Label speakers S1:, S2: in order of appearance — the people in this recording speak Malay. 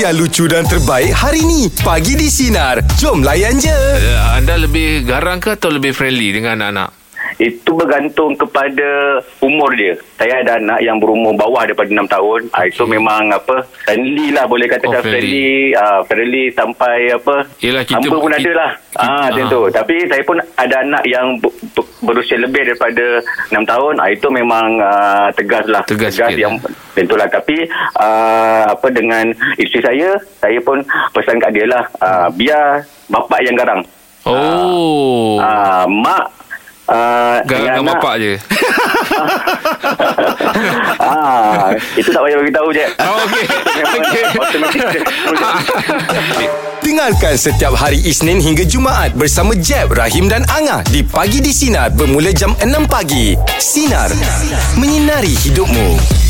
S1: yang lucu dan terbaik hari ni. Pagi di Sinar. Jom layan je.
S2: Ya, anda lebih garang ke atau lebih friendly dengan anak-anak?
S3: Itu bergantung kepada umur dia. Saya ada anak yang berumur bawah daripada 6 tahun. Okay. Itu memang apa friendly lah boleh katakan
S2: Oh,
S3: oh, friendly. Friendly, uh, friendly sampai apa
S2: Yelah, kita-
S3: hampa pun
S2: kita-
S3: ada lah.
S2: kita-
S3: Ah, macam
S2: ah.
S3: tu. Tapi saya pun ada anak yang ber- ber- berusia lebih daripada 6 tahun. Ah, itu memang uh, tegas lah.
S2: Tegas sikit,
S3: yang tentulah. Tapi uh, apa dengan isteri saya, saya pun pesan kat dia lah. Uh, biar bapak yang garang.
S2: Oh.
S3: Ah, mak Uh,
S2: Garang dengan bapak je.
S3: ah, itu tak payah bagi tahu je.
S2: Oh, okey. Okey. Ah.
S1: Dengarkan setiap hari Isnin hingga Jumaat bersama Jeb, Rahim dan Angah di Pagi di Sinar bermula jam 6 pagi. Sinar. Menyinari hidupmu.